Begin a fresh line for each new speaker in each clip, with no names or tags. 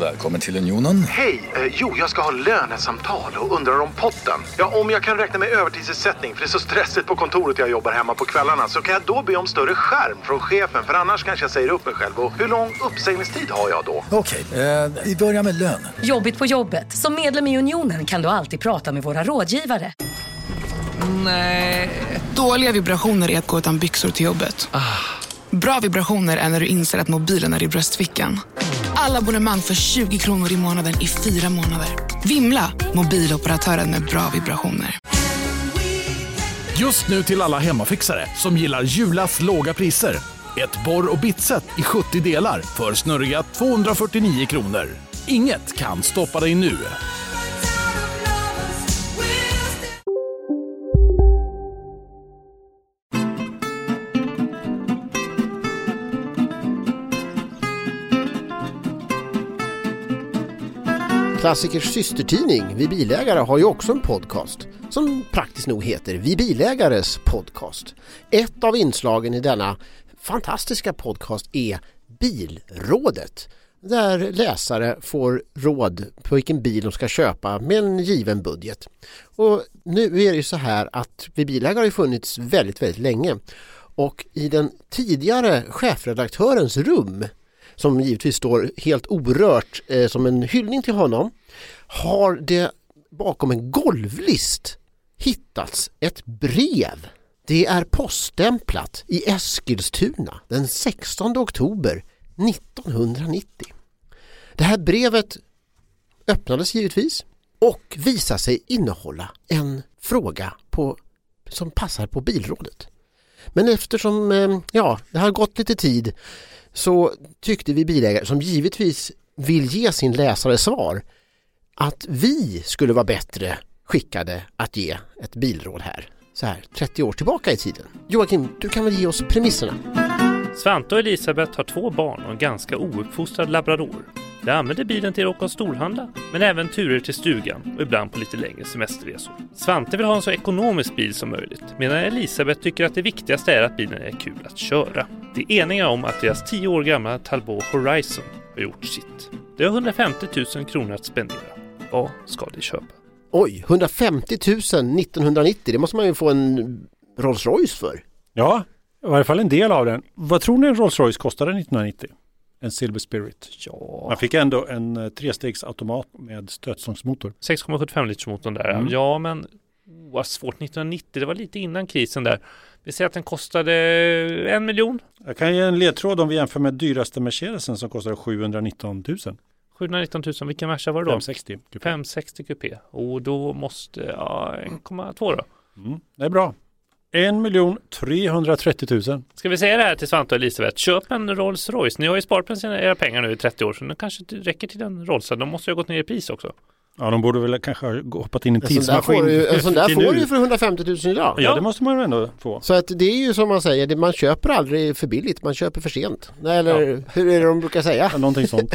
Välkommen till Unionen.
Hej! Eh, jo, jag ska ha lönesamtal och undrar om potten. Ja, om jag kan räkna med övertidsersättning för det är så stressigt på kontoret jag jobbar hemma på kvällarna så kan jag då be om större skärm från chefen för annars kanske jag säger upp mig själv. Och hur lång uppsägningstid har jag då?
Okej, eh, vi börjar med lön.
Jobbigt på jobbet. Som medlem i Unionen kan du alltid prata med våra rådgivare.
Nej. Dåliga vibrationer är att gå utan byxor till jobbet. Bra vibrationer är när du inser att mobilen är i bröstfickan. Alla abonnemang för 20 kronor i månaden i fyra månader. Vimla! Mobiloperatören med bra vibrationer.
Just nu till alla hemmafixare som gillar Julas låga priser. Ett borr och bitset i 70 delar för snurriga 249 kronor. Inget kan stoppa dig nu.
Klassikers systertidning Vi Bilägare har ju också en podcast som praktiskt nog heter Vi Bilägares podcast. Ett av inslagen i denna fantastiska podcast är Bilrådet där läsare får råd på vilken bil de ska köpa med en given budget. Och nu är det ju så här att Vi Bilägare har ju funnits väldigt, väldigt länge och i den tidigare chefredaktörens rum som givetvis står helt orört eh, som en hyllning till honom, har det bakom en golvlist hittats ett brev. Det är poststämplat i Eskilstuna den 16 oktober 1990. Det här brevet öppnades givetvis och visar sig innehålla en fråga på, som passar på bilrådet. Men eftersom eh, ja, det har gått lite tid så tyckte vi bilägare, som givetvis vill ge sin läsare svar, att vi skulle vara bättre skickade att ge ett bilråd här, så här 30 år tillbaka i tiden. Joakim, du kan väl ge oss premisserna?
Svante och Elisabeth har två barn och en ganska ouppfostrad labrador. De använder bilen till att åka och storhandla, men även turer till stugan och ibland på lite längre semesterresor. Svante vill ha en så ekonomisk bil som möjligt, medan Elisabeth tycker att det viktigaste är att bilen är kul att köra. De är eniga om att deras 10 år gamla Talbot Horizon har gjort sitt. De har 150 000 kronor att spendera. Vad ska de köpa?
Oj, 150 000 1990, det måste man ju få en Rolls Royce för.
Ja, i varje fall en del av den. Vad tror ni en Rolls Royce kostade 1990? En Silver Spirit. Ja. Man fick ändå en eh, trestegsautomat med stötstångsmotor.
6,75 liters motorn där. Ja, men oh, vad svårt. 1990, det var lite innan krisen där. Vi säger att den kostade en miljon.
Jag kan ge en ledtråd om vi jämför med dyraste Mercedesen som kostade 719 000.
719 000, vilken Merca var det då?
560. Typ.
560 kupé. Och då måste, ja, 1,2 då.
Mm. Det är bra. 1 330 000.
Ska vi säga det här till Svante och Elisabeth? Köp en Rolls Royce. Ni har ju sparat på sina, era pengar nu i 30 år, så det kanske inte räcker till en Rolls. De måste ju ha gått ner i pris också.
Ja, de borde väl kanske ha hoppat in i en
En sån där
tidsmaskin.
får, du, en sån där
till
får
nu.
du ju för 150 000 idag.
Ja, det måste man ju ändå få.
Så att det är ju som man säger, det- man köper aldrig för billigt, man köper för sent. Nej, eller hur är det de brukar säga?
Ja, Någonting sånt.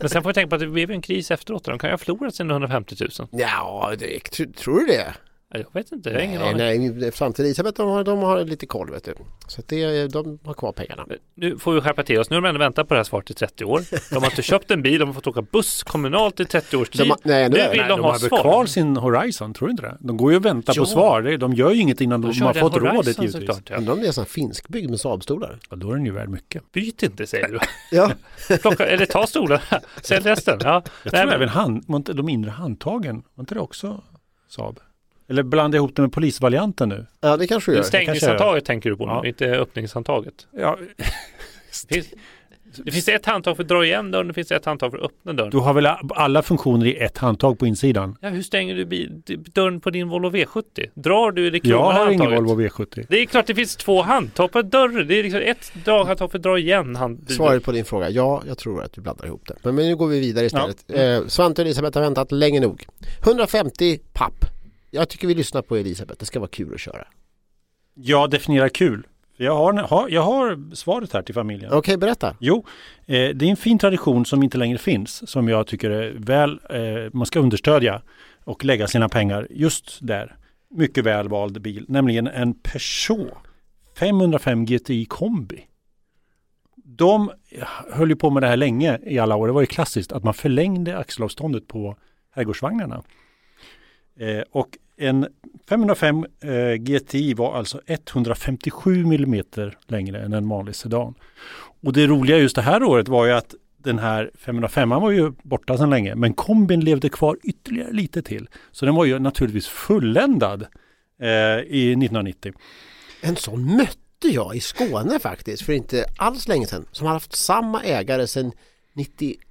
Men sen får vi tänka på att det blev ju en kris efteråt. De kan ju ha förlorat sina 150 000.
Ja, det, tr- tror du det?
Ja, Jag vet inte, jag har ingen
nej,
aning.
nej, Svante och Elisabeth de har, de har lite koll vet du. Så att det, de har kvar pengarna.
Nu får vi skärpa till oss. Nu har de ändå väntat på det här svaret i 30 år. De har inte köpt en bil, de har fått åka buss kommunalt i 30 års tid.
De har- nej,
nu
nu
vill
är- nej,
de,
De
ha
har väl kvar
svar.
sin Horizon, tror du inte det? De går ju och väntar
Jo.
på svar. Det- De gör ju inget innan
De
de, har
körde
fått
en Horizon
rådet givetvis.
såklart, ja.
Undrar om det är en sån här finskbyggd med Saabstolar.
Ja, då är den ju värd mycket.
Byt inte säger du.
Ja.
Plocka, eller ta stolarna, sälj resten. Ja.
Jag
Nej,
tror
men-
även hand, var inte de inre handtagen, var inte det också Saab? Eller blanda ihop det med polisvarianten nu?
ja, det kanske du
Nu
gör.
Stängningshandtaget tänker du på nu,
Ja.
inte öppningshandtaget.
Ja,
Det finns, det finns ett handtag för att dra igen dörren, det finns ett handtag för att öppna dörren.
du har väl alla funktioner i ett handtag på insidan?
Ja, hur stänger du bi- d- dörren på din Volvo V70? Drar du det
Jag
kronor
har ingen
handtaget?
Volvo V70.
Det är klart det finns två handtag på dörren. Det är liksom ett draghandtag för att dra igen handbilen.
Svaret på din fråga, ja, jag tror att du blandar ihop det. Men, men nu går vi vidare istället. Eh, Svante och Elisabeth har väntat länge nog. 150 papp. Jag tycker vi lyssnar på Elisabeth, det ska vara kul att köra.
Jag definierar kul. Jag har, ha- jag har svaret här till familjen.
Okej, berätta.
Jo, eh, det är en fin tradition som inte längre finns, som jag tycker är väl, eh, man ska understödja och lägga sina pengar just där. Mycket välvald bil, nämligen en Peugeot 505 GTI kombi. De höll ju på med det här länge i alla år. Det var ju klassiskt att man förlängde axelavståndet på herrgårdsvagnarna. Eh, och en 505 eh, GTI var alltså 157 mm längre än en vanlig sedan. Och det roliga just det här året var ju att den här 505 var ju borta sedan länge, men kombin levde kvar ytterligare lite till. Så den var ju naturligtvis fulländad eh, i 1990.
En sån mötte jag i Skåne faktiskt för inte alls länge sedan. Som har haft samma ägare sedan 98.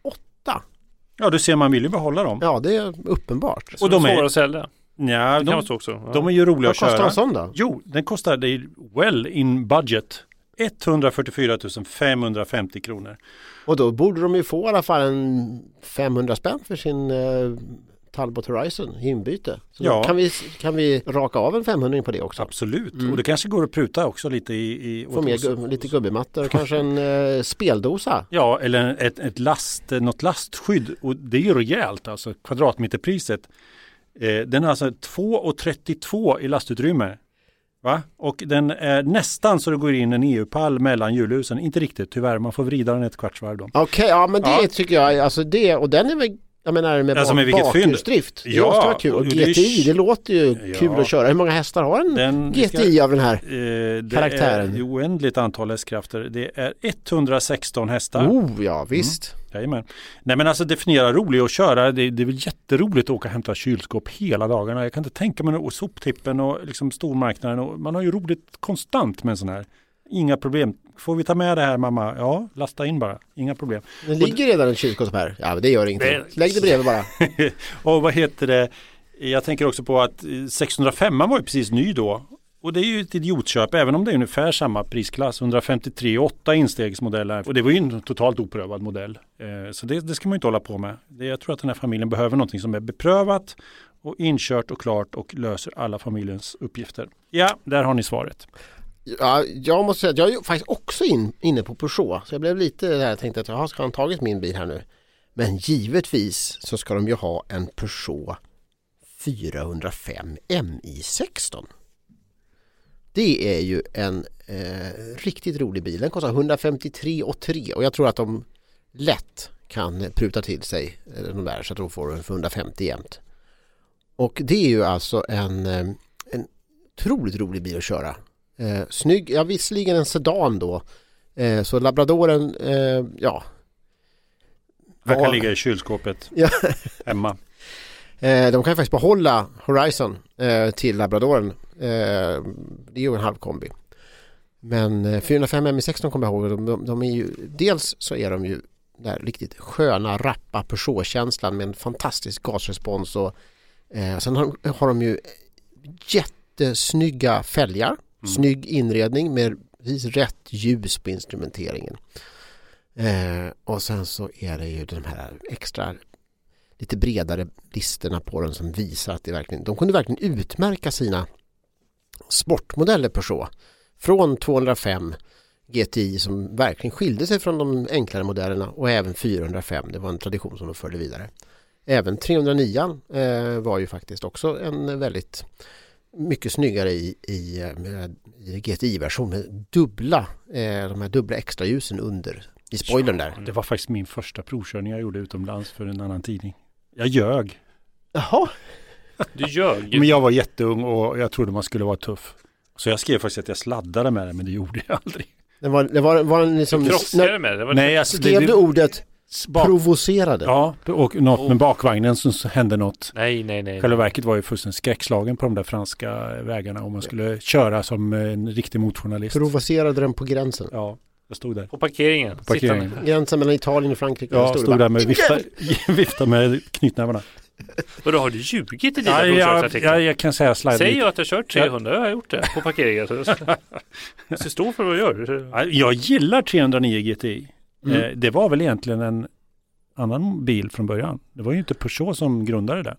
Ja, du ser, man vill ju behålla dem.
Ja, det är uppenbart.
Och de
Svåra
är,
att sälja.
ja,
Det kan
de,
vara så också. Ja.
de är ju roliga
Vad
att köra.
kostar en sån då?
Jo, den kostar dig well in budget. 144 550 kronor.
Och då borde de ju få i alla fall en 500 spänn för sin eh, Talbot Horizon i inbyte. Så
Ja.
då kan vi, kan vi raka av en 500 på det också.
Absolut, och det kanske går att pruta också lite i... i
Få
åt-
med gu- lite gubbemattor och kanske en eh, speldosa.
Ja, eller ett, ett last, något lastskydd. Och det är ju rejält, alltså kvadratmeterpriset. Eh, den har alltså 2,32 i lastutrymme. Va? Och den är nästan så det går in en EU-pall mellan hjulhusen. Inte riktigt, tyvärr. Man får vrida den ett kvarts varv då.
Okej, ja men det
Ja.
tycker jag, alltså det, och den är väl jag menar med
Alltså,
bak,
men vilket fynd.
bakhjulsdrift. Det
Ja,
måste vara kul.
och
Och
det är ju-
GTI, det låter ju kul
Ja.
att köra. Hur många hästar har en
Den- vi
GTI av den här?
Eh, det
Karaktären.
är oändligt antal hästkrafter. Det är 116 hästar.
Oh ja, visst.
Jajamän. Nej men alltså definiera rolig att köra. Det, det är väl jätteroligt att åka och hämta kylskåp hela dagarna. Jag kan inte tänka mig och soptippen och liksom stormarknaden. Och man har ju roligt konstant med en sån här. Inga problem. Får vi ta med det här mamma? Ja, lasta in bara. Inga problem.
Det ligger redan en kylskåp här. Ja, men det gör ingenting. Lägg det bredvid bara.
och vad heter det? Jag tänker också på att eh, 605 var ju precis ny då. Och det är ju ett idiotköp, även om det är ungefär samma prisklass. 153,8 instegsmodeller. Och det var ju en totalt oprövad modell. Eh, Så det, det ska man ju inte hålla på med. Det- Jag tror att den här familjen behöver någonting som är beprövat och inkört och klart och löser alla familjens uppgifter. Ja, där har ni svaret.
Ja, jag måste säga att jag är ju faktiskt också in, inne på Peugeot. Så jag blev lite där jag tänkte att jaha, ska han tagit min bil här nu? Men givetvis så ska de ju ha en Peugeot 405 MI16. Det är ju en eh, riktigt rolig bil. Den kostar 153 och 3 och jag tror att de lätt kan pruta till sig eh, de där så att de får en för 150 jämt. Och det är ju alltså en, eh, en otroligt rolig bil att köra. Eh, snygg, ja visserligen en sedan då. Eh, så labradoren, eh, ja.
Verkar
Ja.
ligga i kylskåpet
Ja.
hemma.
Eh, de kan ju faktiskt behålla Horizon eh, till labradoren. Eh, det är ju en halv kombi. Men eh, 405 MI16 kommer jag ihåg, de, de, de är ju, dels så är de ju den här riktigt sköna, rappa Peugeot-känslan med en fantastisk gasrespons och eh, sen har, de- har de ju jättesnygga fälgar, snygg inredning med precis rätt ljus på instrumenteringen. Eh, och sen så är det ju de här extra lite bredare listerna på den som visar att det verkligen, de kunde verkligen utmärka sina sportmodeller Peugeot från 205 GTI som verkligen skilde sig från de enklare modellerna och även 405, det var en tradition som de förde vidare. Även 309 eh, var ju faktiskt också en väldigt mycket snyggare i, i, eh, med- i GTI-version med dubbla, eh, de här dubbla extra ljusen under i spoilern där.
Det var faktiskt min första provkörning jag gjorde utomlands för en annan tidning. Jag ljög.
Jaha,
Du ljög ju.
Men jag var jätteung och jag trodde man skulle vara tuff. Så jag skrev faktiskt att jag sladdade med det, men det gjorde jag aldrig.
det var, det var, var en liksom...
Krockade med det. det. Var
Nej, jag
Skrev du ordet
bak-
provocerade?
Ja, och något med bakvagnen så så hände något.
nej, nej, nej.
Själva verket var ju fullständigt skräckslagen på de där franska vägarna om man skulle köra som en riktig motjournalist.
Provocerade den på gränsen.
Ja, jag stod där.
På parkeringen. På
parkeringen.
Gränsen mellan Italien och Frankrike.
Ja,
det
stod
bara,
där med vifta, vifta med knytnävarna.
Och då har du ljugit i dina
Ja, jag,
provkörsartiklar?
jag, jag kan säga slide
Säger
lite.
jag att jag kört 300, jag har gjort det på parkeringen. Så jag ska stå för vad jag gör.
Ja, Jag gillar 309 GTI. Eh, Det var väl egentligen en annan bil från början. Det var ju inte Peugeot som grundade den.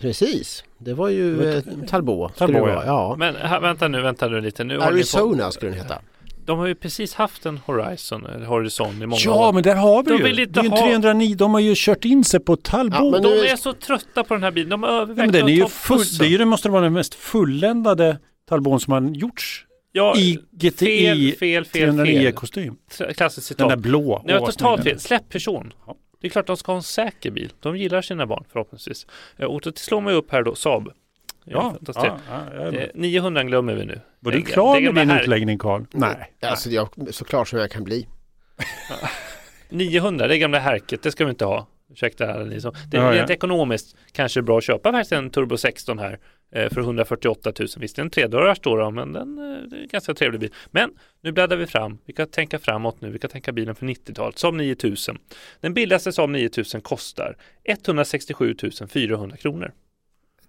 Precis, det var ju eh, Talbot. skulle
Talbot,
det vara, ja.
Men här, vänta nu, vänta nu lite. Nu håller ni på-
Arizona skulle den heta.
De har ju precis haft en Horizon, eh, eller Horizon i många
Ja,
år.
men där har vi
De
ju.
vill inte
det är ju en
ha-
309. De har ju kört in sig på Talbot.
Ja, men nu-
De är så trötta på den här bilen. De
Ja,
överväger
men den är
att
ju
ta
full, det är ju, det måste vara den mest fulländade Talbot som har gjorts
Ja,
I GTI
fel, fel, fel, fel.
309-kostym.
Tra- Klassiskt citat.
Den där blå.
Nej,
Åh, vad
totalt
snygg den
fel. Släpp person. Det är klart de ska ha en säker bil. De gillar sina barn förhoppningsvis. Eh, Och då slår man ju upp här då Saab.
Ja,
fast det-
ja, ja, jag är med.
eh, 900 glömmer vi nu.
Var du
Eh,
klar
det
med
gamla
din
här.
utläggning Karl? Nej.
Alltså jag, så klar som jag kan bli.
900, det är gamla härket, det ska vi inte ha. Ursäkta alla ni som. Det är
Ja, ja.
rent ekonomiskt kanske bra att köpa faktiskt en Turbo 16 här eh, för 148 000. Visst, det är en tredörrars då, då, men den eh, det är en ganska trevlig bil. Men nu bläddrar vi fram. Vi kan tänka framåt nu. Vi kan tänka bilen för 90-talet. Saab 9000. Den billigaste Saab 9000 kostar 167 400 kronor.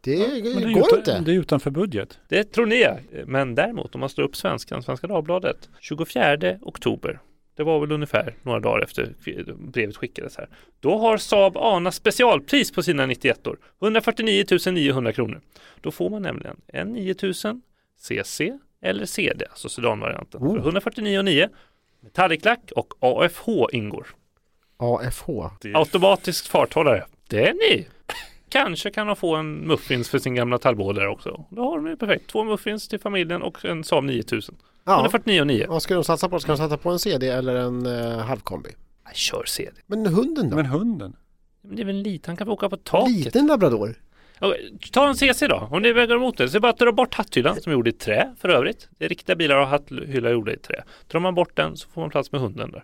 Det
Men det är
går
utan-
inte.
Det är utanför budget.
Det tror ni ja. Men däremot om man slår upp svenskan, Svenska Dagbladet, 24 oktober, det var väl ungefär några dagar efter brevet skickades här. Då har Saab Ana specialpris på sina 91 år, 149 900 kronor. Då får man nämligen en 9000 CC eller CD, alltså sedanvarianten, för 149 900. Metalliclack och AFH ingår.
AFH.
Automatisk farthållare. Det är ni! Kanske kan de få en muffins för sin gamla Talbot där också. Då har de ju perfekt. Två muffins till familjen och en Saab 9000.
Ja.
149 900.
Vad ska de satsa på? Ska de satsa på en CD eller en eh, halvkombi?
Nej, Kör CD.
Men hunden då?
Men hunden?
Men det är väl en liten, han kan få åka på taket.
Liten labrador?
Okej, Ta en CC då, om ni väger emot det. Så är det bara att dra bort hatthyllan som är gjord i trä för övrigt. Det är riktiga bilar har hatthylla gjorda i trä. Drar man bort den så får man plats med hunden där.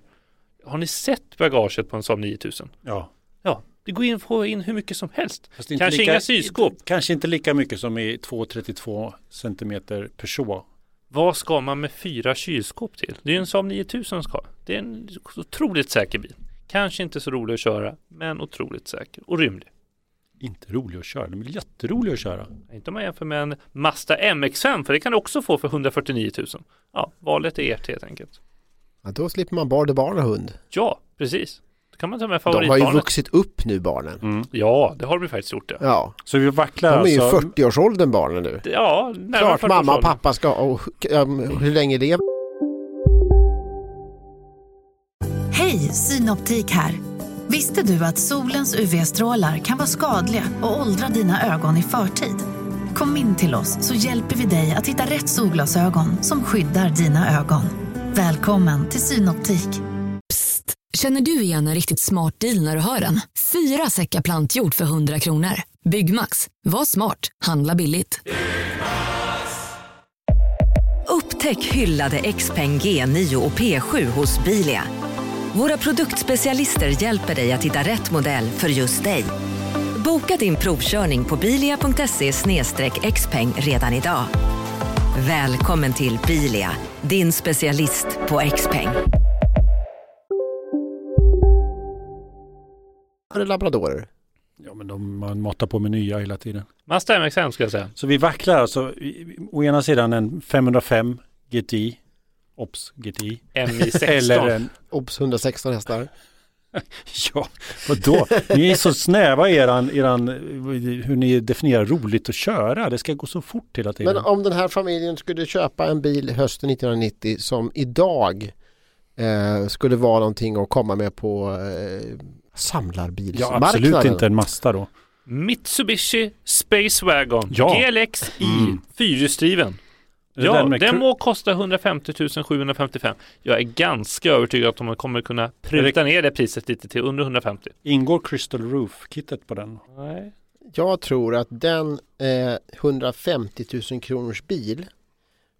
Har ni sett bagaget på en Saab 9000?
Ja.
Ja, det går in, få in hur mycket som helst. Kanske inga syskåp.
Kanske inte lika mycket som i 232 centimeter Peugeot.
Vad ska man med fyra kylskåp till? Det är ju en Saab 9000 ska. Det är en otroligt säker bil. Kanske inte så rolig att köra, men otroligt säker och rymlig.
Inte rolig att köra, den är jätterolig att köra.
Inte om man jämför med en Mazda MX-5, för det kan du också få för 149 000. Ja, valet är ert helt enkelt.
Ja, då slipper man bara det barn och hund.
Ja, precis. Då kan man ta med
De har ju
favoritbarnet.
vuxit upp nu barnen.
Mm.
Ja, det har vi faktiskt gjort det. Ja,
Ja,
Så vi
de
vacklar
är ju
alltså.
40-årsåldern barnen nu.
ja närmare
Klart
40
mamma och
årsåldern.
pappa ska, och, um, hur länge lever
Hej, Synoptik här. Visste du att solens UV-strålar kan vara skadliga och åldra dina ögon i förtid? Kom in till oss så hjälper vi dig att hitta rätt solglasögon som skyddar dina ögon. Välkommen till Synoptik.
Känner du igen en riktigt smart deal när du hör den? Fyra säckar plantjord för 100 kronor. Byggmax, var smart, handla billigt.
Upptäck hyllade XPeng G9 och P7 hos Bilia. Våra produktspecialister hjälper dig att hitta rätt modell för just dig. Boka din provkörning på bilia.se xpeng redan idag. Välkommen till Bilia, din specialist på XPeng.
det labradorer?
Ja, men de, man matar på med nya hela tiden.
Mazda MX-5 skulle jag säga.
Så vi vacklar alltså. i- Å ena sidan en 505 GTI. Ops, GTI.
MI16.
Eller en...
Obs, 116 hästar.
Ja, vadå? Ni är så snäva i eran, eran, hur ni definierar roligt att köra. Det ska gå så fort hela tiden.
Men om den här familjen skulle köpa en bil hösten 1990 som idag eh, skulle vara någonting att komma med på eh,
ja,
samlarbilsmarknaden.
absolut inte en Mazda då.
Mitsubishi Space Wagon
Ja.
GLX-I
Mm.
fyrhjulsdriven.
Är det
Ja,
den
den,
med kru-
må kosta 150 755. Jag är ganska övertygad att de kommer kunna pruta ner det priset lite till under 150.
Ingår Crystal Roof-kittet på den?
Nej.
Jag tror att den eh, 150 000 kronors bil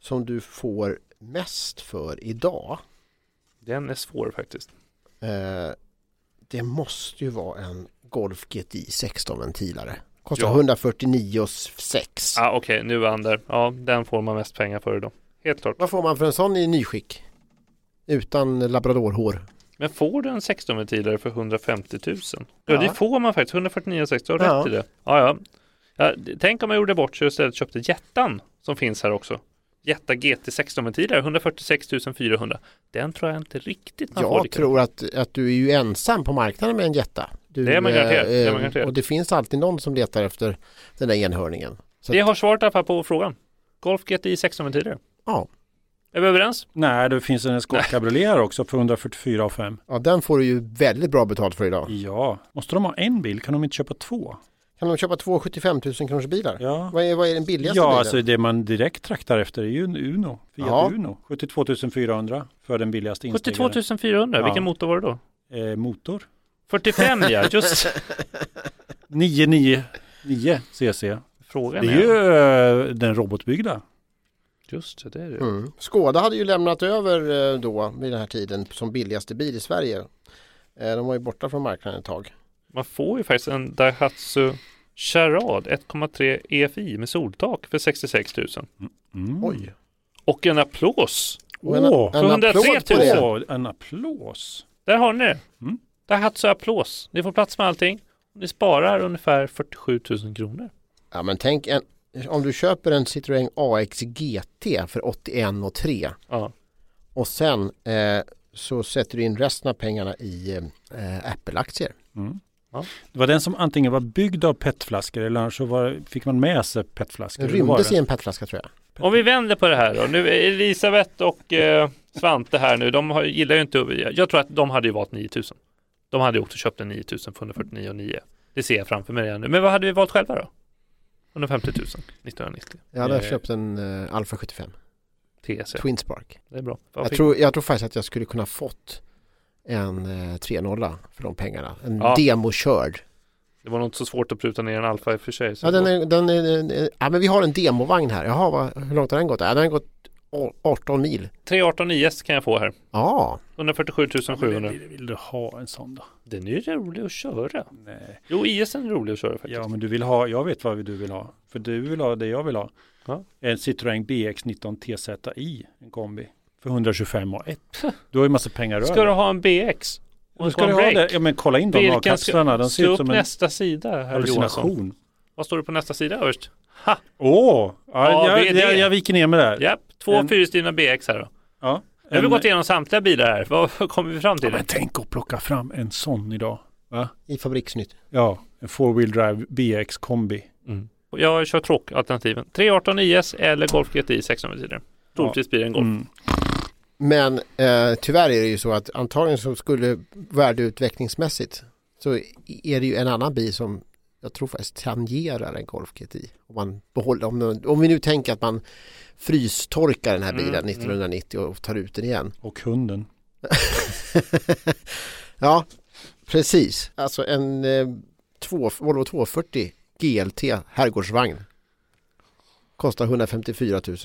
som du får mest för idag.
Den är svår faktiskt.
Eh, det måste ju vara en Golf GTI 16 ventilare. Kostar
Ja.
149 och 6.
Ah, Okej, nu är Ander. Ja, den får man mest pengar för idag. Helt klart.
Vad får man för en sån i nyskick? Utan labradorhår.
Men får du en 16-ventilare för 150 000? Ja, det får man faktiskt. 149,60. Du har
Ja.
rätt i det. Ja, ja. ja, d- tänk om jag gjorde bort sig och istället köpte Jättan som finns här också. Jätta GT 16-ventilare, 146 400. Den tror jag inte riktigt man får.
Jag
lika.
tror att, att du är ju ensam på marknaden med en jätta. Du,
Det är man garanterat,
eh,
det är man garanterat.
Och det finns alltid någon som letar efter den där enhörningen. Så
Det
att,
har svaret i alla fall på frågan. Golf GTI 16 ventilare.
ja,
Är vi överens?
Nej, det finns en Escort Cabriolet här också för 144 5.
ja, den får du ju väldigt bra betalt för idag.
Ja, måste de ha en bil? Kan de inte köpa två?
Kan de köpa två 75 000 kronors bilar?
Ja.
Vad, är, vad är den billigaste
Ja,
bilen?
alltså det man direkt traktar efter är ju en Uno. Fiat
Ja.
Uno. 72 400 för den billigaste instegaren.
72 400,
Ja.
vilken motor var det då?
Eh, motor.
45 ja, just
999 cc. Det är
frågan.
ju eh, den robotbyggda.
Just det, det är det.
Mm. Skåda hade ju lämnat över eh, då vid den här tiden som billigaste bil i Sverige. Eh, De var ju borta från marknaden ett tag.
Man får ju faktiskt en Daihatsu Charade 1,3 EFI E med soltak för 66 000.
Mm.
Oj.
Och en applås!
Och en-
Åh,
en
för 103 000!
applåd på det.
En applås.
Där har ni det!
Mm.
Daihatsu applås. Ni får plats med allting. Ni sparar ungefär 47 000 kronor.
Ja men tänk en, om du köper en Citroën AX GT för 81 och 3
Ja.
och sen eh, så sätter du in resten av pengarna i eh, Apple-aktier.
Mm.
Ja.
Det var den som antingen var byggd av petflaskor eller annars så var, fick man med sig petflaskor.
Den
Eller var
rymdes
det?
i en petflaska tror jag.
Om vi vänder på det här då. Nu, Elisabeth och eh, Svante här nu, de har, gillar ju inte Jag tror att de hade ju valt 9000. De hade ju också köpt en 9000 för 149 9. Det ser jag framför mig redan nu. Men vad hade vi valt själva då? 150 000 1990.
Jag hade
Eh,
köpt en eh, Alfa 75,
TC.
Twin Spark.
Det är bra. Vad
Jag
fick-
tror, jag tror faktiskt att jag skulle kunna fått en eh, 3-0 för de pengarna. En
Ja.
demokörd.
Det var nog inte så svårt att pruta ner en Alfa i och för sig. så
Ja, den
det
är, den är, den är, ja, men vi har en demovagn här. Jaha, vad, hur långt har den gått? Ja, den har gått å- 18 mil.
var- 318 IS kan jag få här.
Ja,
147 700.
Vill, vill du ha en sån då?
Den är ju rolig att köra.
Nej.
Jo, IS är rolig att köra faktiskt.
Ja, men du vill ha, jag vet vad du vill ha. För du vill ha det jag vill ha.
Ja.
En Citroën BX19 TZI, en kombi. För 125 och 1. Du har ju massa pengar över.
Ska du ha en BX?
Då ska du ha det? Ja, men kolla in de
Vilken
avkapslarna. De ser
slå
ut
upp
som en
nästa sida här Johansson.
hallucination.
Vad står det på nästa sida överst? Ha!
Åh, ja,
Ja,
jag,
det-
jag, jag viker ner mig där.
Japp, två
Eh, En-
fyrhjulsdrivna BX här då.
Ja.
Nu har vi
En-
gått igenom samtliga bilar här. Vad vad kommer vi fram
Ja,
till?
men tänk att plocka fram en sån idag. Va?
i Fabriksnytt.
Ja, en four wheel drive BX kombi.
Jag kör tråkalternativen. 318 IS eller Golf GTI 600 sidor. Troligtvis blir det en Golf.
Mm.
Men eh, tyvärr är det ju så att antagligen så skulle värdeutvecklingsmässigt så är det ju en annan bil som jag tror faktiskt tangerar en Golf GTI. Om, man behåller, om, den- om vi nu tänker att man frystorkar den här bilen
Mm, mm.
1990 och tar ut den igen.
Och hunden.
ja, precis. Alltså en eh, två, Volvo 240 GLT herrgårdsvagn. Kostar 154 000.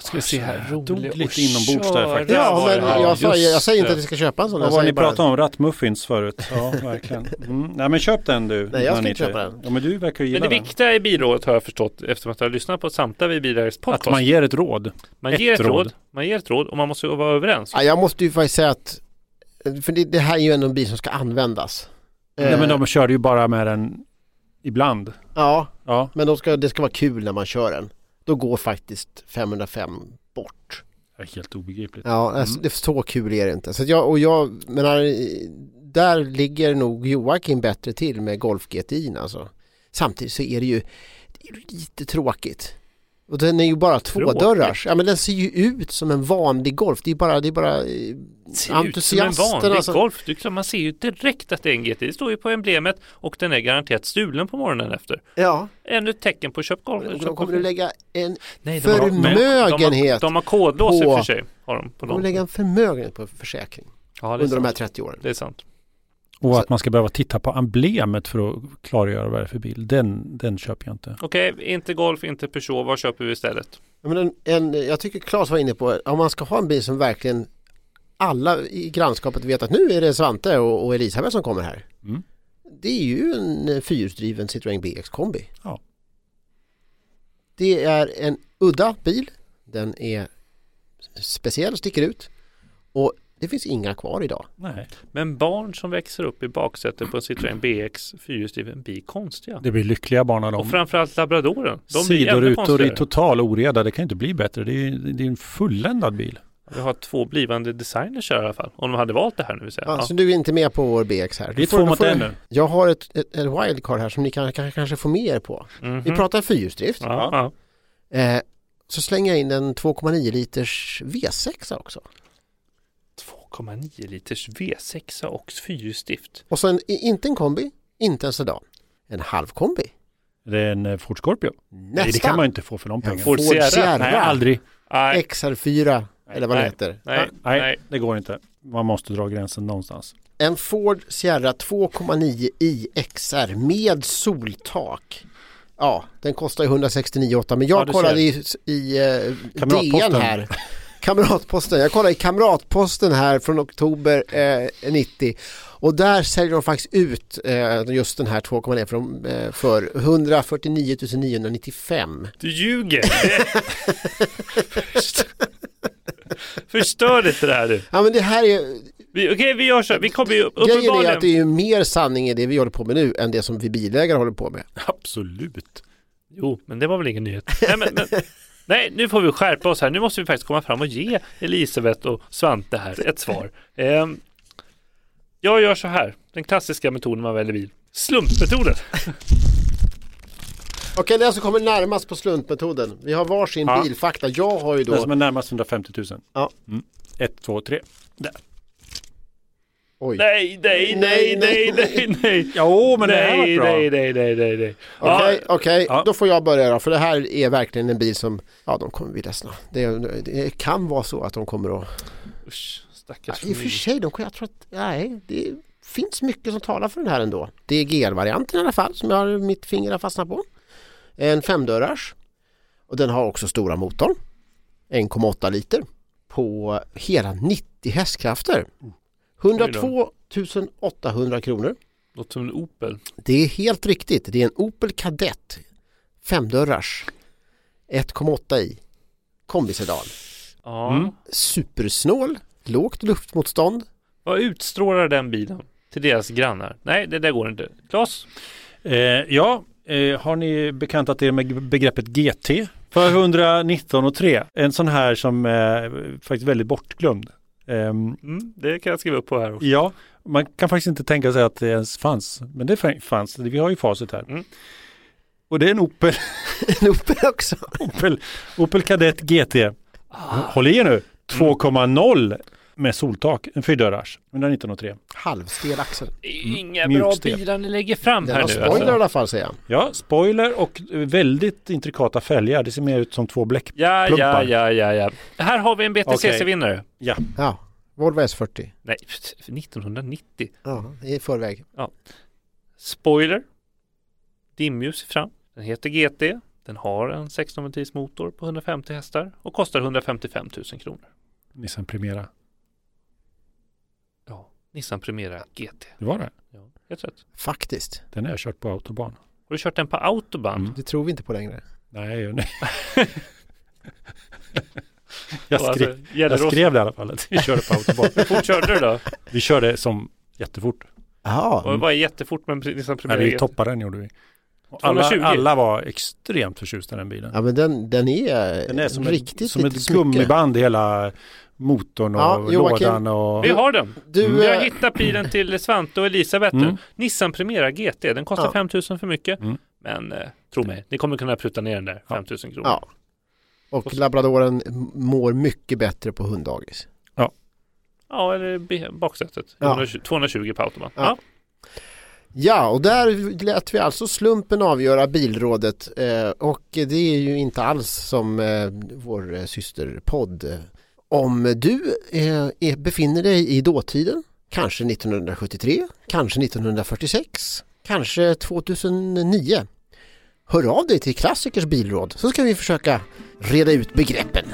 Ska vi se här.
dog
Rolig
lite
att
inombords där
köra.
faktiskt.
Ja,
var
men
det här.
jag, sa, jag,
Just
säger inte
det.
att vi ska köpa en sån.
Vad
Jag
var
säger
ni
bara-
pratade om? Rattmuffins förut? Ja, verkligen. Mm. Nej, men köp den du.
Nej, jag ska
1990.
inte köpa den.
Ja, men du verkar ju
Men
gilla
det
den.
viktiga i bilrådet har jag förstått eftersom att jag har lyssnat på samtliga vid bilars podcast.
Att man ger ett råd.
man ger ett
ett
råd.
råd.
Man ger ett råd och man måste vara överens.
Ja, jag måste ju faktiskt säga att för det, det här är ju ändå en bil som ska användas.
Nej,
Eh,
men de körde ju bara med den ibland.
Ja,
Ja,
men de ska, det ska vara kul när man kör den. Då går faktiskt 505 bort.
det är helt
typ.
obegripligt.
Ja, alltså,
Mm.
det är så kul är det inte. Så att jag, och jag menar, eh, där ligger nog Joakim bättre till med Golf GTI alltså. Samtidigt så är det ju det är ju lite tråkigt. Och den är ju bara tvådörrars. Ja men den ser ju ut som en vanlig Golf. Det är ju bara, det är bara eh,
ser ut som en vanlig
alltså.
Golf. Du, kan- man ser ju direkt att det är en GT. Det står ju på emblemet och den är garanterat stulen på morgonen efter.
Ja,
Ännu ett tecken på köp Golf.
och
köp
då kommer
Golf.
du lägga en
Nej, de har- de har- De har,
förmögenhet.
de har kodlås i
på-
och för sig. Har de på
De kommer
dem.
lägga en förmögenhet på försäkring
Ja, det, är
under de här
sant.
30 åren.
det är sant.
Mm. Och att man ska behöva titta på emblemet för att klargöra vad det är för bil. Den, den köper jag inte.
Okej, inte Golf, inte Peugeot. Vad köper vi istället?
Ja, men en, en, jag tycker Claes var inne på, om man ska ha en bil som verkligen alla i grannskapet vet att nu är det Svante och, och Elisabeth som kommer här.
Mm.
Det är ju en eh, fyrhjulsdriven Citroën BX kombi.
Ja.
Det är en udda bil. Den är speciell, sticker ut. Och det finns inga kvar idag.
Nej,
Men barn som växer upp i baksätet på en Citroën BX fyrhjulsdriven blir konstiga.
det blir lyckliga barn av
Och
dem.
framförallt labradoren. De blir ännu
Sidorutor i
konstigare.
total oreda, det kan ju inte bli bättre. Det är, ju- det är en fulländad bil.
Vi har två blivande designers här i alla fall. Om de hade valt det här nu vill säga.
Ja,
Ja.
Så Alltså, du är inte med på vår BX här.
Vi är
Du får-
två
du
mot
får-
en nu.
Jag har ett, ett, ett wildcard här som ni kan, kan, kanske får med er på.
Mhm.
Vi pratar fyrhjulsdrift.
Ja, ja.
Eh, så slänger jag in en 2,9 liters V6 också.
2,9 liters V6 och fyrhjulsdrift.
Och sen i- inte en kombi, inte en sedan. En halv kombi?
Det är en eh, Ford Scorpio. Nej, det
Nästan.
kan man ju inte få för de pengarna.
Ford Sierra.
Nej, aldrig.
XR4 eller vad det heter.
Nej, nej, det går inte. Man måste dra gränsen någonstans.
En Ford Sierra 2,9 i XR med soltak. Ja, den kostar ju 169 800, men
Ja,
jag
du
kollade
ser.
i, i eh, DN
Kamratposten.
här. Kamratposten, jag kollade i Kamratposten här från oktober eh, 90 och där säljer de faktiskt ut eh, just den här 2,9 för, de, eh, för 149 995.
Du ljuger! Förstör inte det här du.
Ja men det här är,
Vi- Okej, vi gör så. här. Vi kommer ju
grejen är
uppenbarligen...
att det är ju mer sanning i det vi håller på med nu än det som vi bilägare håller på med.
Absolut.
Jo, men det var väl ingen nyhet. Nej, men, men... Nej, nu får vi skärpa oss här. Nu måste vi faktiskt komma fram och ge Elisabeth och Svante här ett svar. Ehm, jag gör så här. Den klassiska metoden man väljer bil. Slumpmetoden.
Okej, den som kommer närmast på sluntmetoden. Vi har varsin
Ja.
bilfakta. Jag har ju
Den som
då...
är närmast 150 000.
Ja.
Mm. Ett, två, tre. Där.
Oj.
Nej, nej, nej, nej, nej, nej.
Jo, men det här
Nej,
var bra.
nej, nej, nej, nej, nej. Ja,
Okej, okej.
Ja.
Då får jag börja då. För det här är verkligen en bil som... Ja, de kommer bli ledsna. Det, det kan vara så att de kommer att...
usch,
Ja,
stackars
I och för sig, de, kan- jag tror att... Nej, det finns mycket som talar för den här ändå. Det är GR-varianten i alla fall som jag har mitt finger har fastnat på. En femdörrars. Och den har också stora motorn. 1,8 liter. På hela 90 hästkrafter. 102 800 kronor.
Låter som en Opel.
Det är helt riktigt. Det är en Opel Kadett. Femdörrars. 1,8 i. Kombisedan.
Ja.
Supersnål. Lågt luftmotstånd.
Vad utstrålar den bilen till deras grannar? Nej, det där går inte. Klas?
Eh, ja, eh, har ni bekantat er med begreppet GT? För 119 och 3. En sån här som eh, faktiskt väldigt bortglömd. Ehm,
Mm, det kan jag skriva upp på här också.
Ja, man kan faktiskt inte tänka sig att det ens fanns. Men det fa- fanns, vi har ju facit här.
Mm.
Och det är en Opel,
En Opel också.
Opel, Opel Kadett GT. Håll i er nu, 2,0 med soltak, en fyrdörrars, 119,3.
Halvstel axel.
Inga
Mm,
bra
mjuksteg.
bilar ni lägger fram
Den
här
har
nu. alltså.
spoiler i alla fall säger jag.
Ja, spoiler och väldigt intrikata fälgar. Det ser mer ut som två bläck.
Ja, ja,
Plumpar.
ja, ja, ja. Här har vi en BTCC-vinnare.
Ja. Volvo S40.
Nej, 1990.
Ja, i förväg.
Spoiler. Dimljus fram. Den heter GT. Den har en 16 ventils motor på 150 hästar och kostar 155 000 kronor.
Nissan Primera.
Ja, Nissan Primera GT.
Det var det.
Ja, helt rätt.
Faktiskt.
Den har jag kört på autobahn.
Har du kört den på autobahn?
Mm.
Det tror vi inte på längre.
Nej, jag- nej. jag,
Och
skrev,
alltså,
jag
gäller oss-
skrev det i alla fall. att Vi körde på
Hur
autobahn.
fort körde du då?
Vi körde som jättefort.
Ja.
Mm.
Och det var jättefort med en Nissan Primera
Nej, vi
GT.
toppade den gjorde vi. Och alla,
220.
alla var extremt förtjusta i den bilen.
Ja men den, den är,
Den är som
riktigt
ett, som
litet
ett
smycke.
gummiband i hela motorn och
Ja, Joakim.
lådan. Och...
Vi har den!
Du,
Vi har
eh,
hittat bilen till Svante och Elisabeth nu.
Mm.
Nissan Primera GT, den kostar
Ja.
5 000 för mycket.
Mm.
Men eh, tro mig, ni kommer kunna pruta ner den där
Ja.
5 000 kronor.
Ja. Och labradoren mår mycket bättre på hunddagis.
Ja, eller b- baksätet.
Ja.
120 220 på autobahn.
Ja.
Ja.
Ja, och där lät vi alltså slumpen avgöra bilrådet eh, och det är ju inte alls som eh, vår eh, systerpodd. Om du eh, är, befinner dig i dåtiden, kanske 1973, kanske 1946, kanske 2009. Hör av dig till Klassikers bilråd så ska vi försöka reda ut begreppen.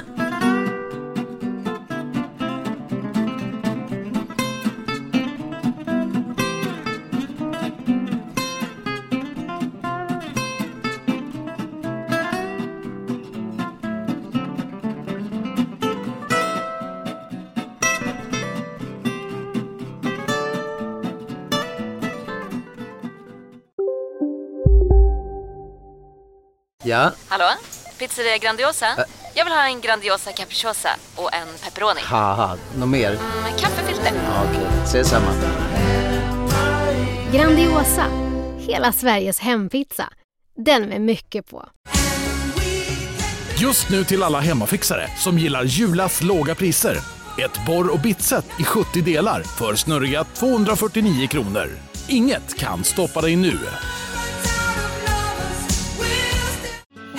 Ja,
Hallå? Pizzeria Grandiosa? Jag vill ha en Grandiosa capriciosa och en pepperoni.
haha, något mer?
Med kaffefilter.
Ja, Okej, ses samma.
Grandiosa, hela Sveriges hempizza. Den med mycket på.
Just nu till alla hemmafixare som gillar Julas låga priser. Ett borr och bitset i 70 delar för snurriga 249 kronor. Inget kan stoppa dig nu.